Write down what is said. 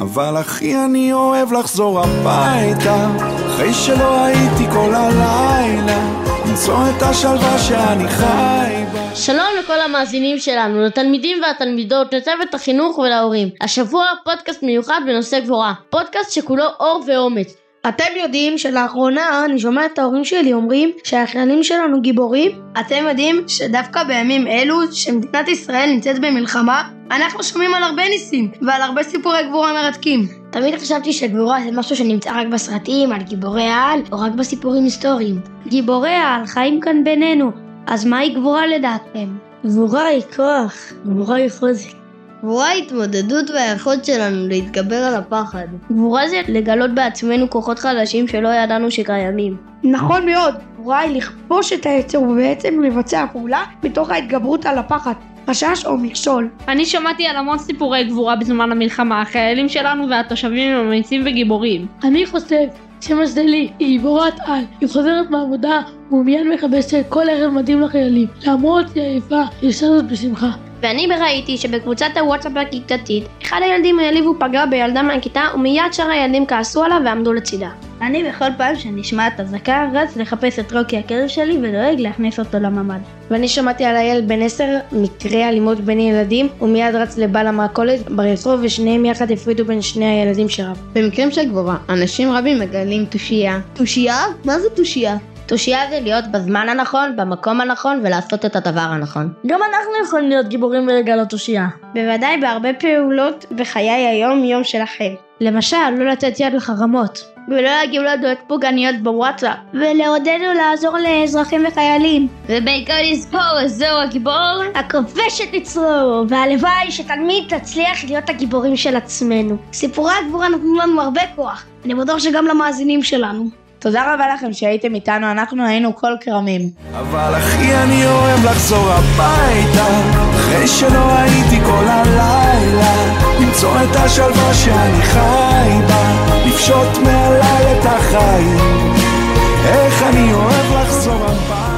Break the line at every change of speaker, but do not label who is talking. אבל אחי אני אוהב לחזור הביתה אחרי שלא הייתי כל הלילה למצוא את השלווה שאני חי בה
שלום לכל המאזינים שלנו, לתלמידים והתלמידות, לצוות החינוך ולהורים. השבוע פודקאסט מיוחד בנושא גבורה. פודקאסט שכולו אור ואומץ.
אתם יודעים שלאחרונה אני שומע את ההורים שלי אומרים שהחיילים שלנו גיבורים? אתם יודעים שדווקא בימים אלו שמדינת ישראל נמצאת במלחמה אנחנו שומעים על הרבה ניסים ועל הרבה סיפורי גבורה מרתקים.
תמיד חשבתי שגבורה זה משהו שנמצא רק בסרטים על גיבורי העל או רק בסיפורים היסטוריים.
גיבורי העל חיים כאן בינינו, אז מהי גבורה לדעתכם?
גבורה היא כוח, גבורה היא חוזק.
גבורה היא התמודדות והיכולת שלנו להתגבר על הפחד.
גבורה זה לגלות בעצמנו כוחות חדשים שלא ידענו שקיימים.
נכון מאוד, גבורה היא לכבוש את היצר ובעצם לבצע פעולה מתוך ההתגברות על הפחד. חשש או מכשול.
אני שמעתי על המון סיפורי גבורה בזמן המלחמה, החיילים שלנו והתושבים הם אמיצים וגיבורים.
אני חושב שאמא שלי היא גיבורת על, היא חוזרת מהעבודה ומיד מחפשת כל ערב מדים לחיילים, למרות שהיא עייפה, היא עושה זאת בשמחה.
ואני ראיתי שבקבוצת הוואטסאפ הכיתתית, אחד הילדים העליב ופגע בילדה מהכיתה ומיד שאר הילדים כעסו עליו ועמדו לצידה.
אני בכל פעם שנשמעת אזעקה רץ לחפש את רוקי הכלב שלי ודואג להכניס אותו לממ"ד.
ואני שמעתי על הילד בן 10 מקרה אלימות בין ילדים ומיד רץ לבעל המכולת ברחוב ושניהם יחד הפרידו בין שני הילדים שרב.
במקרים של גבורה, אנשים רבים מגלים תושייה.
תושייה? מה זה תושייה?
תושייה זה להיות בזמן הנכון, במקום הנכון ולעשות את הדבר הנכון.
גם אנחנו יכולים להיות גיבורים ולגלות תושייה.
בוודאי בהרבה פעולות בחיי היום-יום שלכם.
למשל, לא לתת יד לחרמות.
ולא להגיב לדעות פוגעניות בוואטסאפ.
ולעודד או לעזור לאזרחים וחיילים.
ובעיקר לזכור, זהו הגיבור.
הכובש את יצרו, והלוואי שתלמיד תצליח להיות הגיבורים של עצמנו. סיפורי הגבורה נתנו לנו הרבה כוח. אני בטוח שגם למאזינים שלנו.
תודה רבה לכם שהייתם איתנו, אנחנו היינו כל כרמים.
אבל אחי אני אוהב לחזור הביתה, אחרי שלא הייתי כל הלילה, למצוא את השלווה שאני חי בה, לפשוט מעליי את החיים, איך אני אוהב לחזור הביתה.